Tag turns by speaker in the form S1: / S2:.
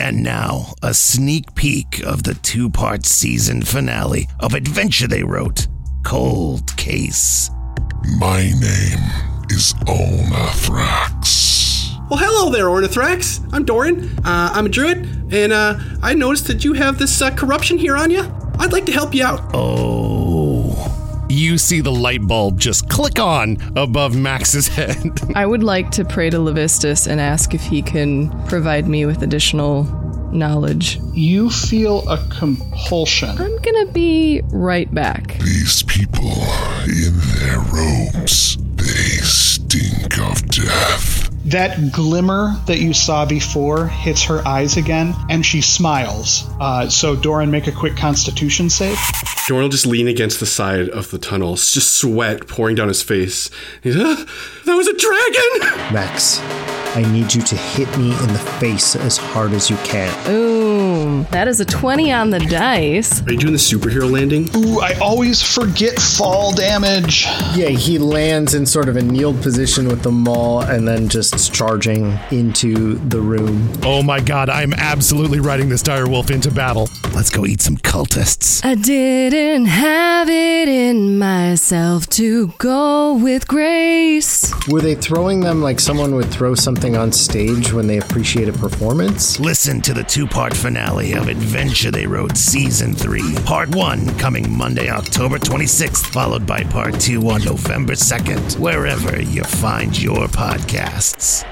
S1: And now, a sneak peek of the two part season finale of Adventure They Wrote Cold Case.
S2: My name is Olnathrax.
S3: Well, hello there, Ornithrax. I'm Doran. Uh, I'm a druid, and uh, I noticed that you have this uh, corruption here on you. I'd like to help you out.
S1: Oh.
S4: You see the light bulb just click on above Max's head.
S5: I would like to pray to Levistus and ask if he can provide me with additional knowledge.
S6: You feel a compulsion.
S5: I'm gonna be right back.
S2: These people in their robes, they stink of death.
S6: That glimmer that you saw before hits her eyes again, and she smiles. Uh, so, Doran, make a quick constitution save.
S7: Doran will just lean against the side of the tunnel, just sweat pouring down his face. He's, ah, that was a dragon!
S8: Max, I need you to hit me in the face as hard as you can.
S5: Ooh, that is a 20 on the dice.
S7: Are you doing the superhero landing?
S6: Ooh, I always forget fall damage.
S8: Yeah, he lands in sort of a kneeled position with the maul and then just charging into the room.
S4: Oh my god, I'm absolutely riding this dire wolf into battle.
S1: Let's go eat some cultists.
S5: I didn't have it in myself to go with grace.
S8: Were they throwing them like someone would throw something? on stage when they appreciate a performance?
S1: Listen to the two part finale of Adventure They Wrote Season 3, Part 1, coming Monday, October 26th, followed by Part 2 on November 2nd, wherever you find your podcasts.